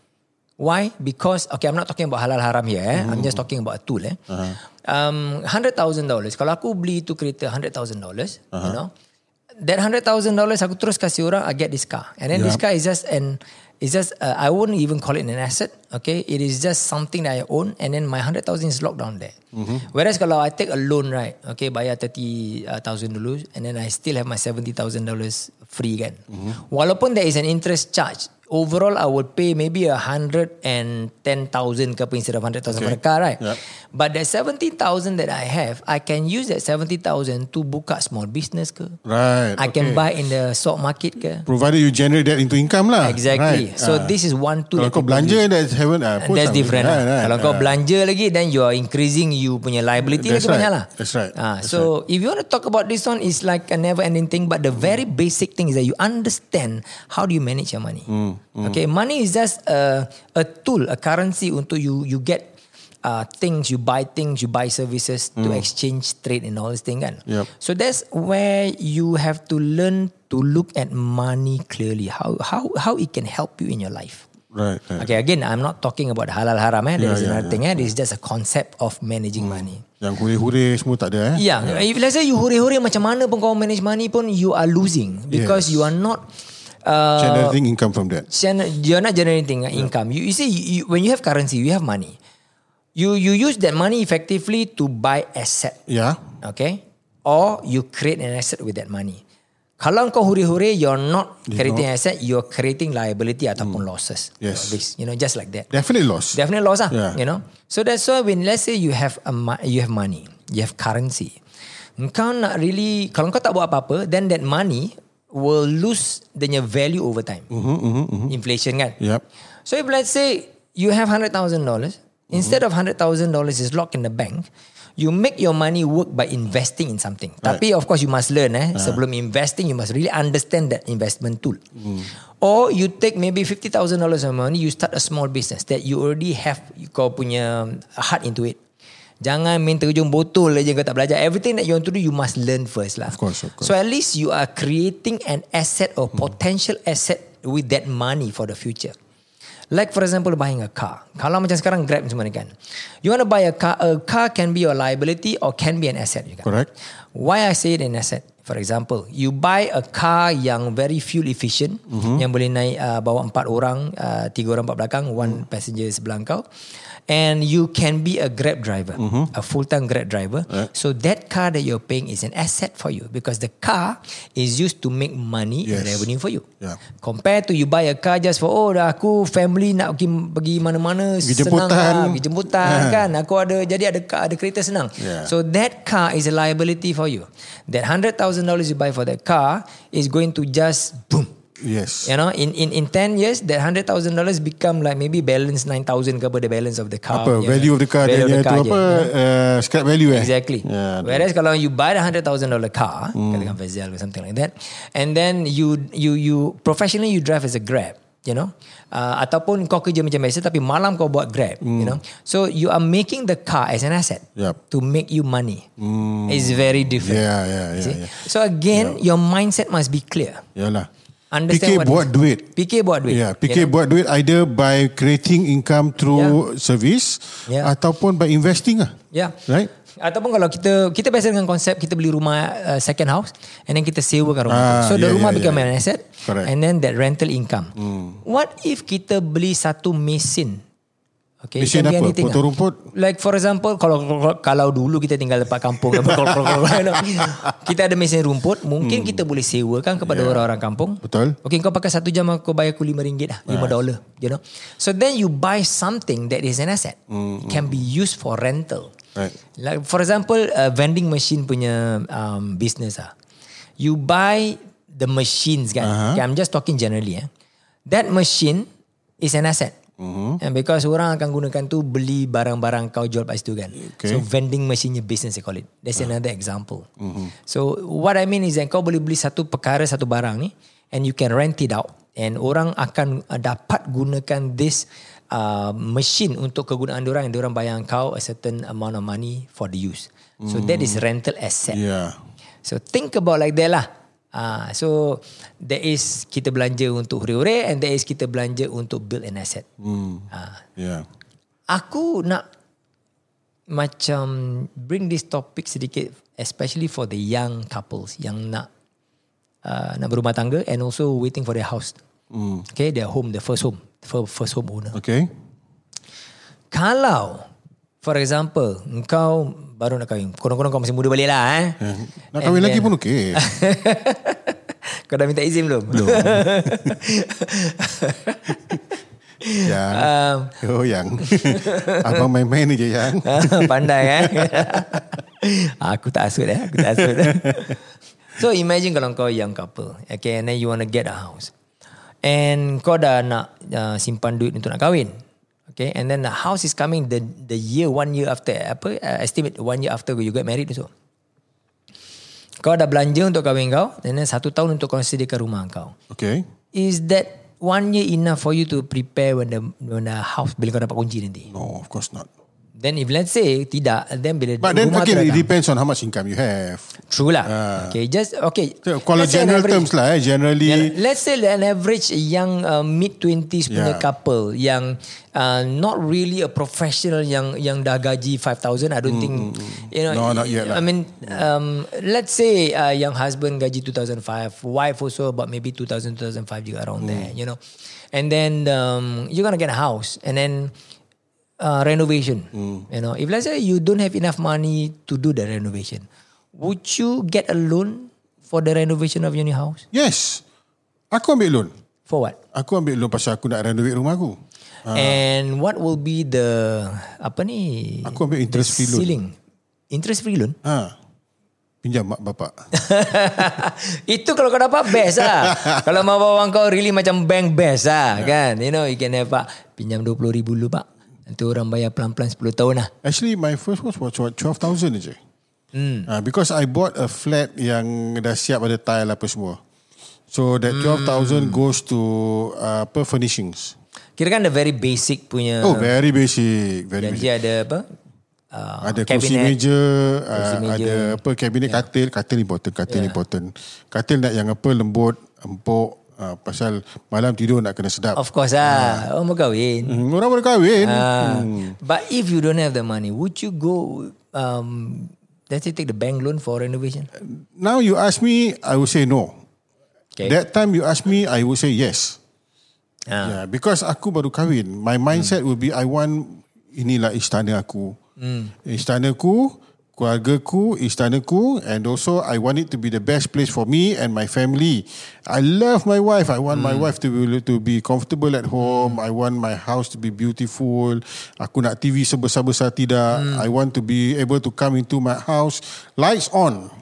Why? Because okay, I'm not talking about halal haram here. Eh. I'm just talking about a tool. Eh. Uh-huh. Um, hundred thousand dollars. Kalau aku beli tu kereta hundred thousand dollars, you know, that hundred thousand dollars aku terus kasih orang, I get this car. And then this car is just an, is just uh, I won't even call it an asset. Okay, it is just something that I own, and then my hundred thousand is locked down there. Whereas kalau I take a loan, right? Okay, bayar thirty thousand dulu, and then I still have my seventy thousand dollars free kan. Walaupun there is an interest charge overall I would pay maybe a hundred and ten thousand ke apa instead of hundred thousand for Okay. the car, right? Yep. But that seventy thousand that I have, I can use that seventy thousand to buka small business ke. Right. I can okay. buy in the stock market ke. provided you generate that into income lah. Exactly. Right. So Ah. this is one tool. that Kalau kau people use. belanja that haven't ah, pun That's sama. different lah. Kalau kau Ah. belanja lagi Then you are increasing You punya liability That's lagi right. banyak lah That's right. Ah, That's So if you want to talk about this one It's like a never ending thing But the very basic thing Is that you understand How do you manage your money Mm, Okay Money is just a, a tool A currency Untuk you You get uh, Things You buy things You buy services To Mm. exchange Trade and all this thing kan Yep. So that's where You have to learn To look at money clearly How how how it can help you in your life Right. right. Okay, again, I'm not talking about halal haram. Eh. There Yeah, is yeah, Hmm. another thing. Eh. This is just a concept of managing money. Yang huri-huri semua tak ada eh. Yeah, if let's say you huri-huri macam mana pun kau manage money pun, you are losing because Yes. you are not. Uh, Generating income from that. gener- you're not generating uh, income. You, you see, you, you- when you have currency, you have money. You you use that money effectively to buy asset. Yeah. Okay? Or you create an asset with that money. Kalau kau huri-huri, you're not creating asset, you're creating liability ataupun losses. Hmm. Yes. Risk, you know, just like that. Definitely loss. Definitely loss lah, Yeah. you know. So that's why when let's say you have a mo- you have money, you have currency. Kau nak really kalau kau tak buat apa-apa, then that money will mm-hmm. lose the value over time. Mm-hmm, mm-hmm. Inflation kan. Yep. So if let's say you have hundred thousand dollars. Instead of hundred thousand dollars is locked in the bank, you make your money work by investing in something. Tapi of course you must learn. Eh, Uh-huh. sebelum investing, you must really understand that investment tool. Hmm. Or you take maybe fifty thousand dollars of money, you start a small business that you already have kau punya um, heart into it. Jangan main terjun botol je kau tak belajar. Everything that you want to do, you must learn first lah. Of course, of course. So at least you are creating an asset or potential asset with that money for the future. Like for example buying a car. Kalau macam sekarang Grab semua ni kan. You want to buy a car, a car can be your liability or can be an asset juga. Correct. Why I say it an asset? For example, you buy a car yang very fuel efficient, Mhm. mm-hmm. yang boleh naik uh, bawa empat orang, uh, tiga orang empat belakang, one Mhm. passenger sebelah kau, and you can be a Grab driver, mm-hmm. a full-time Grab driver. Mhm. Right. So that car that you're paying is an asset for you because the car is used to make money and Yes. revenue for you. Yeah. Compared to you buy a car just for oh dah aku family nak pergi pergi mana-mana Pergi senang jemputan. lah, pergi jemputan Ah. kan aku ada jadi ada car ada kereta senang. Yeah. So that car is a liability for you. That $100,000 you buy for that car is going to just boom Yes. You know, in in in 10 years, that $100,000 become like maybe balance 9,000 ke apa, the balance of the car. Apa punya- value of the car Ya. value of dia the dia car tu je. apa uh, scrap value eh. Exactly. Yeah. Mm. Whereas kalau you buy the hundred thousand dollar car, katakan Vezel or something like that, and then you you you professionally you drive as a Grab, you know, uh, ataupun kau kerja macam biasa tapi malam kau buat Grab, you know, so you are making the car as an asset Mm. Yup. Mm. to make you money. It's very different. Yeah, yeah, You yeah, see? yeah. So again, your mindset must be clear. ya. Yalah. Understand PK what buat is- duit. PK buat duit. Yeah, you PK know? buat duit either by creating income through service Yeah. ataupun by investing lah. Yeah. Right? Ataupun kalau kita kita biasa dengan konsep kita beli rumah uh, second house and then kita sewakan rumah. Ah, tu. so the yeah, rumah yeah, become yeah. an asset Correct. and then that rental income. Hmm. What if kita beli satu mesin? Okay, it Mesin can be apa? anything lah. Potong rumput? Like for example kalau kalau, kalau dulu kita tinggal dekat kampung apa, kalau- kalau- kalau- kalau- kita ada mesin rumput mungkin kita boleh sewakan kepada orang-orang kampung. Hmm. Betul. Okay kau pakai satu jam aku bayar aku lima ringgit lah. Lima dollar. You know. So then you buy something that is an asset. Hmm, Can be used for rental. Right. Like for example uh, vending machine punya um, business ah. You buy the machines kan. Uh-huh. Okay, I'm just talking generally eh. That machine is an asset. Mm-hmm. And because orang akan gunakan tu beli barang-barang kau jual kat situ kan. Okay. So vending machinenya business they call it. That's another example. Mm-hmm. So what I mean is that kau boleh beli satu perkara satu barang ni and you can rent it out and orang akan uh, dapat gunakan this uh, machine untuk kegunaan orang yang orang bayar kau a certain amount of money for the use. So that is rental asset. Yeah. So think about like that lah. Ah, so there is kita belanja untuk hore-hore and there is kita belanja untuk build an asset. Hmm. Ah, Yeah. aku nak macam bring this topic sedikit especially for the young couples yang nak uh, nak berumah tangga and also waiting for their house. Hmm. Okay, their home, their first home, fir- first home owner. Okay. Kalau for example, engkau baru nak kahwin. Konon-konon kau masih muda balik lah eh. Nak And kahwin lagi then- pun okey. Kau dah minta izin belum? Belum. Ya. um, Oh yang. Abang main-main je yang. pandai eh. aku tak asut eh. Aku tak asut. so imagine kalau kau young couple. Okay and then you want to get a house. And kau dah nak uh, simpan duit untuk nak kahwin. Okay and then the house is coming the the year one year after apa uh, estimate one year after you get married so. Kau dah belanja untuk kahwin kau and then satu tahun untuk kau sediakan rumah kau. Okay. Is that one year enough for you to prepare when the when the house bila kau dapat kunci nanti? No, of course not. Then if let's say tidak, then bila But then rumah tu kan? again, it datang, depends on how much income you have. true lah. Ah. okay, just okay. So, Kalau Let's say an general average- terms lah eh, Yeah, generally. let's say an average young uh, mid twenties punya Yeah. couple yang uh, not really a professional yang yang dah gaji 5000 I don't think you know Mm, No, not yet lah. I mean um, let's say uh, yang husband gaji 2005 wife also about maybe 2000 2005 juga Mm. around there you know and then um, you're gonna get a house and then uh, renovation Mm. you know if let's say you don't have enough money to do the renovation would you get a loan for the renovation of your new house Yes. Aku ambil loan. for what? Aku ambil loan pasal aku nak renovate rumah aku. Ah. And what will be the apa ni? Aku ambil interest free loan. Ceiling. Interest free loan? Ha. Pinjam mak bapak. Itu kalau kau dapat best lah. kalau mak bapak kau really macam bank best lah kan. You know you can have pak pinjam 20 ribu dulu pak. Nanti orang bayar pelan-pelan 10 tahun lah. Actually my first was was 12,000 je. Mm. Hmm. Uh, because I bought a flat yang dah siap ada tile apa semua. So Hmm. that 12,000 goes to uh, apa furnishings. Kira kan the very basic punya. Oh very basic, very basic. Janji ada apa? Uh, Ada kursi meja, uh, ada apa Ya. kabinet katil, katil important, katil yeah. important. Katil nak yang apa lembut, empuk uh, pasal malam tidur nak kena sedap. Of course lah. Oh, mau kahwin. Hmm, orang baru kahwin. Hmm. Ah. But if you don't have the money, would you go, um, let's say take the bank loan for renovation? Now you ask me, I will say no. Okay. That time you ask me, I will say yes. Ah. Hmm. Yeah, because aku baru kahwin. My mindset will be I want inilah istana aku. Hmm. Mm. Istana ku, keluarga ku, istana ku and also I want it to be the best place for me and my family. I love my wife. I want mm. my Hmm. wife to be to be comfortable at home. Mm. I want my house to be beautiful. Aku nak TV sebesar-besar tidak. Hmm. Mm. I want to be able to come into my house lights on.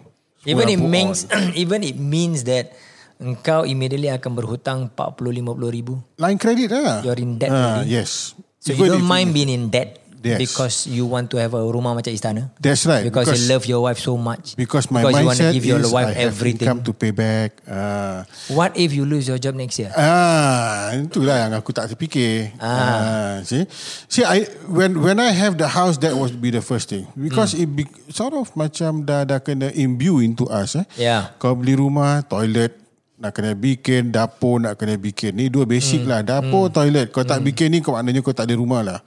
Even it Semua lampu means on. even it means that engkau immediately akan berhutang 40 50 ribu. line credit lah. You're in debt Ah, already. Yes. So Even you don't if mind being in debt Yes. because you want to have a rumah macam istana? That's right. Because, you love your wife so much. Because my because you want to mindset give your is wife I have everything. income to pay back. Ah, What if you lose your job next year? ah, itulah yang aku tak terfikir. Ah, see, see, I when when I have the house, that was be the first thing Hmm. because it be, sort of macam dah dah kena imbue into us. Eh, Yeah. Kau beli rumah, toilet nak kena bikin, dapur nak kena bikin. Ni dua Hmm. basic lah. Dapur, toilet. Kau tak bikin ni, kau maknanya kau tak ada rumah lah.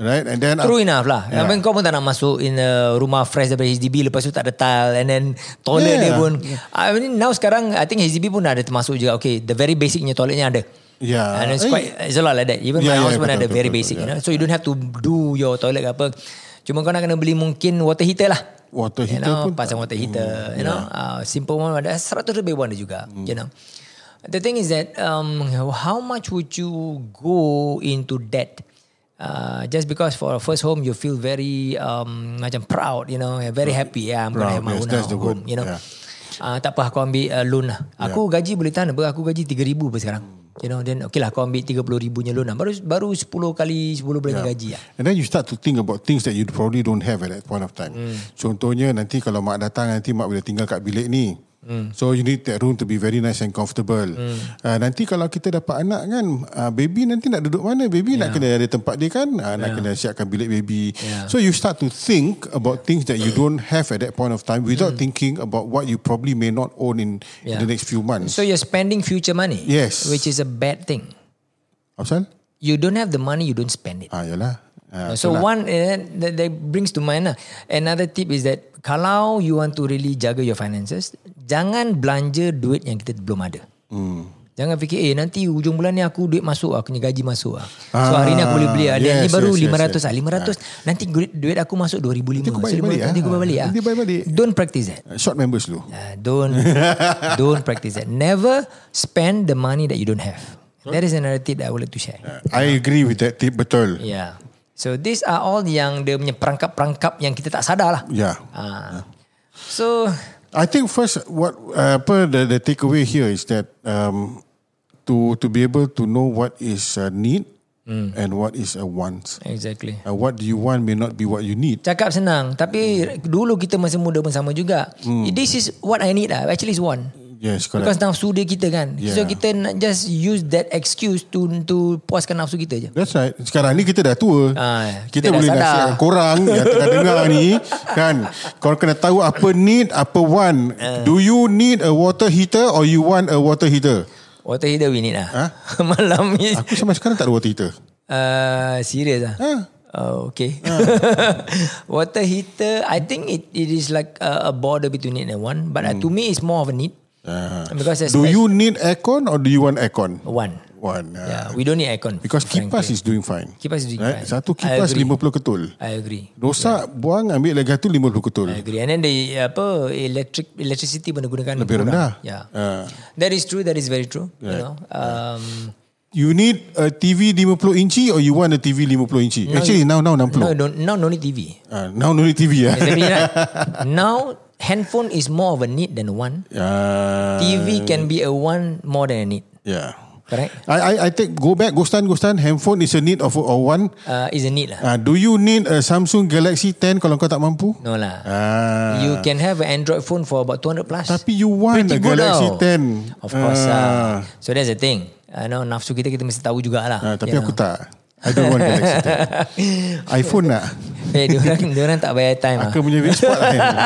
Right? And then Hmm. True enough lah. Yeah. I mean, kau pun tak nak masuk in a rumah fresh daripada HDB lepas tu tak ada tile and then toilet yeah. Yeah. dia pun. I mean, now sekarang I think HDB pun ada termasuk juga. Okay, the very basicnya toiletnya ada. Yeah. And it's Eh. quite it's a lot like that. Even my Yeah, yeah, house pun betul, ada betul, very betul, basic, you yeah. know. So you don't have to do your toilet ke apa. Cuma kau nak kena beli mungkin water heater lah. Water you heater know, pun Hmm, ya. pasang water heater, you know. Uh, simple one ada 100 lebih one ada juga, Hmm. you know. The thing is that um, how much would you go into debt? Uh, just because for a first home you feel very um, macam proud, you know, very happy. Yeah, I'm gonna Proud, have my yes, own that's the home, word, you know. yeah. Ah, tak apa aku ambil uh, loan lah. Aku gaji boleh tahan apa? Aku gaji 3000 apa sekarang. Hmm. You know then okay lah kau ambil 30 ribunya loan lah. Baru baru 10 kali 10 bulan yeah. gaji lah. And then you start to think about things that you probably don't have at that point of time. Hmm. Mm. Contohnya nanti kalau mak datang nanti mak boleh tinggal kat bilik ni. Hmm. Mm. So you need that room to be very nice and comfortable. Mm. Uh, nanti kalau kita dapat anak kan, uh, baby nanti nak duduk mana? Baby yeah. nak kena ada tempat dia kan? Uh, nak kena siapkan bilik baby. Yeah. So you start to think about things that you don't have at that point of time without mm. thinking about what you probably may not own in, Hmm. yeah. in Yeah. the next few months. So you're spending future money. Yes. Which is a bad thing. Apasal? You don't have the money you don't spend it. Ah, yalah. Ah, so itulah. one eh, that, that brings to mind lah. Another tip is that kalau you want to really jaga your finances, jangan belanja duit yang kita belum ada. Hmm. Jangan fikir eh nanti hujung bulan ni aku duit masuk aku punya gaji masuk ah. So hari ni aku boleh beli ah. Yes, ni yes, baru yes, yes, yes, 500 yes. ah. 500 nanti duit, duit aku masuk 2005. Nanti aku bayar nanti balik, ah. aku bayar balik ah. Nanti bayar balik. Don't practice that. Ah, Short members dulu. Uh, don't don't practice that. Never spend the money that you don't have. That is another tip that I would like to share. I agree with that tip betul. Yeah. So these are all yang dia punya perangkap-perangkap yang kita tak sadar lah. Yeah. Ah. So I think first what uh, apa the, the takeaway here is that um, to to be able to know what is a need Mm. and what is a want. exactly. Uh, what do you want may not be what you need. Cakap senang tapi dulu kita masa muda pun sama juga. This is what I need lah. Actually is one. Yes, Because Hmm. correct. nafsu dia kita kan. Yeah. So kita nak just use that excuse to to puaskan nafsu kita je. That's right. Sekarang ni kita dah tua. Ah, kita kita, dah boleh sadar. nasihatkan korang yang tengah dengar ni. Kan? Korang kena tahu apa need, apa want. Eh. Do you need a water heater or you want a water heater? Water heater we need lah. Huh? Malam ni Aku sampai sekarang tak ada water heater. Uh, serious ah. Ah. Oh, okay. Water heater, I think it it is like a, a border between it and one, but uh, to me it's more of a need Ah. because there's Hmm. Do like you need aircon or do you want aircon? one. One. ah. Yeah, we don't need aircon Because frankly. kipas is doing fine. Kipas is doing right? fine. Satu I kipas agree. 50 ketul. I agree. Dosa buang ambil lagi tu 50 ketul. I agree. And then the apa electric electricity pun dia gunakan Lebih kurang. rendah. Yeah. Ah. That is true. That is very true. You know. Um, You need a TV 50 inci or you want a TV 50 inci? Actually now Uh, now no, 60. don't, now no need TV. Ah, now no need TV ya. Exactly right. now handphone is more of a need than a want. Uh, TV can be a want more than a need. Yeah. Correct? I, I I take go back Gostan Gostan handphone is a need of or one. Uh, is a need lah. Uh, do you need a Samsung Galaxy 10 kalau kau tak mampu? No lah. Ah. you can have an Android phone for about 200 plus. Tapi you want Pretty a good Galaxy tau. 10. Of course Ah. lah. So that's the thing. Uh, no, nafsu kita kita mesti tahu jugalah. Ya. Ah, tapi aku tak. I don't want Galaxy 10. iPhone nak. Eh, diorang, diorang tak bayar time lah. Aku punya weak spot lah.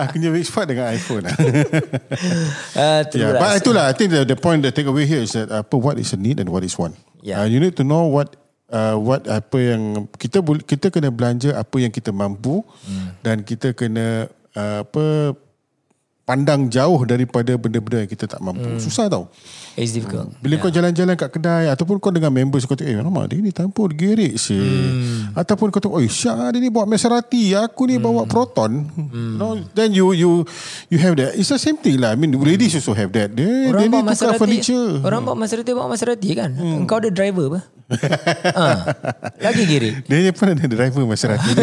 aku punya weak spot dengan iPhone lah. Uh, true yeah, lah. Ya, but itulah. I think the, the point, the takeaway here is that apa what is a need and what is want. Yeah. Uh, you need to know what uh, what apa yang kita bol- kita kena belanja apa yang kita mampu Hmm. dan kita kena uh, apa pandang jauh daripada benda-benda yang kita tak mampu. Hmm. Susah tau. It's difficult. Bila yeah. kau jalan-jalan kat kedai ataupun kau dengan members kau tengok eh lama dia ni tampur gerik si. Hmm. Ataupun kau tengok oi syak dia ni bawa Maserati aku ni hmm. bawa Proton. Hmm. No, then you you you have that. It's the same thing lah. I mean ladies also have that. Dia dia Orang ni bawa tukar Maserati furniture. Orang bawa Maserati Bawa Maserati kan hmm. Engkau ada driver apa ha. Lagi kiri Dia ni pun ada driver Maserati.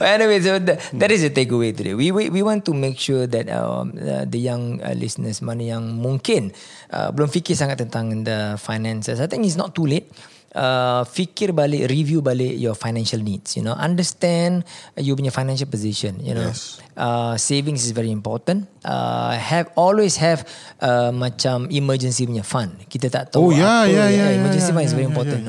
anyway, so that, that is the takeaway today. We, we we want to make sure that um, uh, the young uh, listeners mana yang mungkin uh, belum fikir sangat tentang the finances. I think it's not too late. Uh, fikir balik, review balik your financial needs. You know, understand you punya financial position. You know, uh, savings is very important. Uh, have always have uh, macam emergency punya fund. Kita tak tahu. Oh, yeah, apa, ya, yeah, yeah, Emergency yeah, fund is very important.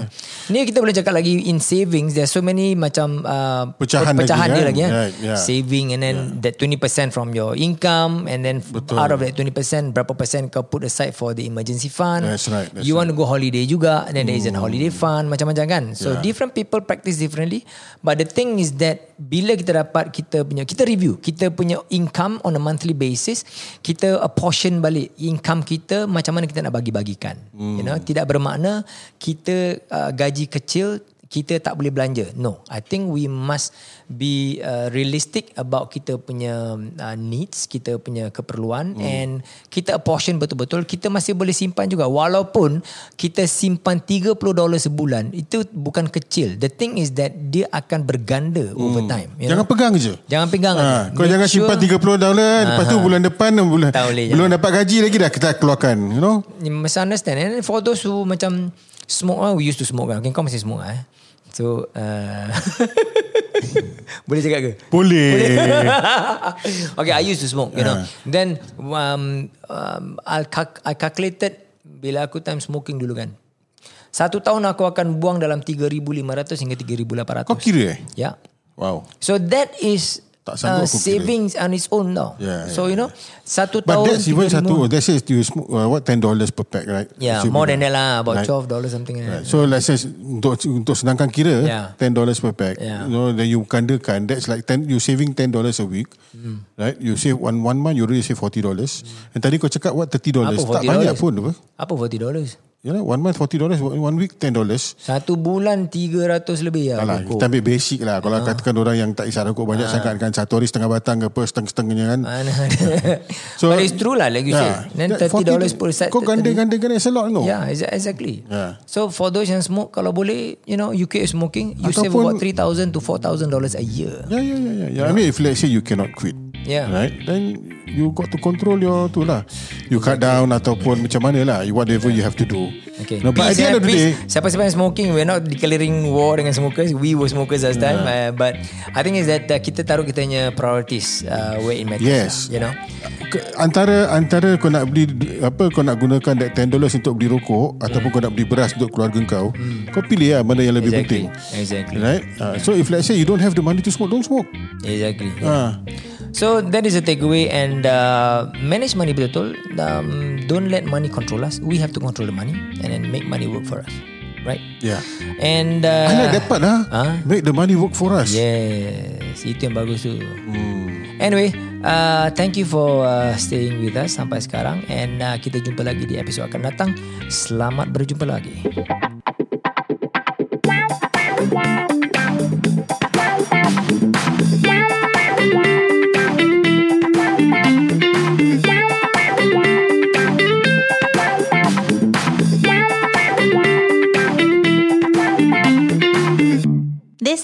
Ni kita boleh cakap lagi in savings. There are so many macam uh, Pecahan lagi, pecahan dia kan? lagi kan? Right, yeah. saving and then yeah. that 20% from your income and then Betul. out of that 20% berapa persen kau put aside for the emergency fund That's right, that's you want to go holiday juga and then there is an holiday fund macam-macam kan so yeah. different people practice differently but the thing is that bila kita dapat kita punya kita review kita punya income on a monthly basis kita apportion balik income kita macam mana kita nak bagi-bagikan you know tidak bermakna kita uh, gaji kecil kita tak boleh belanja. No, I think we must be uh, realistic about kita punya uh, needs, kita punya keperluan hmm. and kita apportion betul-betul. Kita masih boleh simpan juga walaupun kita simpan 30 dolar sebulan. Itu bukan kecil. The thing is that dia akan berganda hmm. over time. You know? jangan pegang je. jangan pegang. Ha, aja. Make kau jangan sure- simpan 30 dolar lepas tu bulan depan bulan Tak boleh, belum dapat gaji lagi dah kita keluarkan, you know. you must understand. And then for those who macam smoke lah, we used to smoke lah. Okay, kau masih smoke lah. Eh? So, uh, boleh cakap ke? Boleh. okay, I used to smoke, you know. Then um, um, I, calc- I calculated bila aku time smoking dulu kan. Satu tahun aku akan buang dalam 3,500 hingga 3,800. kau kira eh? Ya. Yeah. Wow. So that is uh, Tak sanggup aku kira. savings on its own now. Yeah, so you know, satu But tahun that's 3,500. even satu. That says you smoke, uh, what ten dollars per pack, right? Yeah, Should more be than that lah, about Like- $12 something. Like that. Right. So let's say untuk untuk senangkan kira Yeah. ten dollars per pack. Yeah. You know, then you kandakan. That's like ten. You saving ten dollars a week, Hmm. right? You save one one month, you already save forty dollars. And tadi kau cakap what thirty dollars? Apa Tak banyak $40? pun, apa? Apa forty dollars? Yalah, one month forty dollars, one week ten dollars. Satu bulan 300 lebih ya. Alah, kita ambil basic Ah. lah. Kalau katakan orang yang tak isap rokok banyak sangat kan satu hari setengah batang ke apa setengah-setengahnya kan. Ah. so, But it's true lah like you yeah, say. Then that $30 dollars per set. Ya. Kau ganda-gandakan it's a lot no? Yeah, exa- exactly. Oh. Yeah. So for those yang smoke, kalau boleh, you know, you quit smoking, you save Ataupun- about 3000 to 4000 dollars a year. Yeah, yeah, yeah, yeah, yeah. ya, I mean, if let's say you cannot quit, Yeah. right? Then you got to control your tu lah. You cut down ataupun macam mana lah. You whatever you have to do. Okay. No, but Peace, at the end eh, of the day, peace. Siapa-siapa yang smoking, we're not declaring war dengan smokers. We were smokers last time. Uh, but I think is that uh, kita taruh kita punya priorities uh, where it matters. Yes. You know. ke- antara antara kau nak beli apa kau nak gunakan that 10 dollars untuk beli rokok Hmm. ataupun kau nak beli beras untuk keluarga kau, kau pilih lah mana yang lebih Exactly. penting. Exactly. Right? Uh, so if let's say you don't have the money to smoke, don't smoke. Exactly. Ah. So that is a takeaway and uh, manage money betul. Um, don't let money control us. We have to control the money and then make money work for us, right? Yeah. And uh, I like that part lah. Ah. Make the money work for us. Yes, itu yang bagus tu. Anyway, uh, thank you for uh, staying with us sampai sekarang and uh, kita jumpa lagi di episod akan datang. Selamat berjumpa lagi. This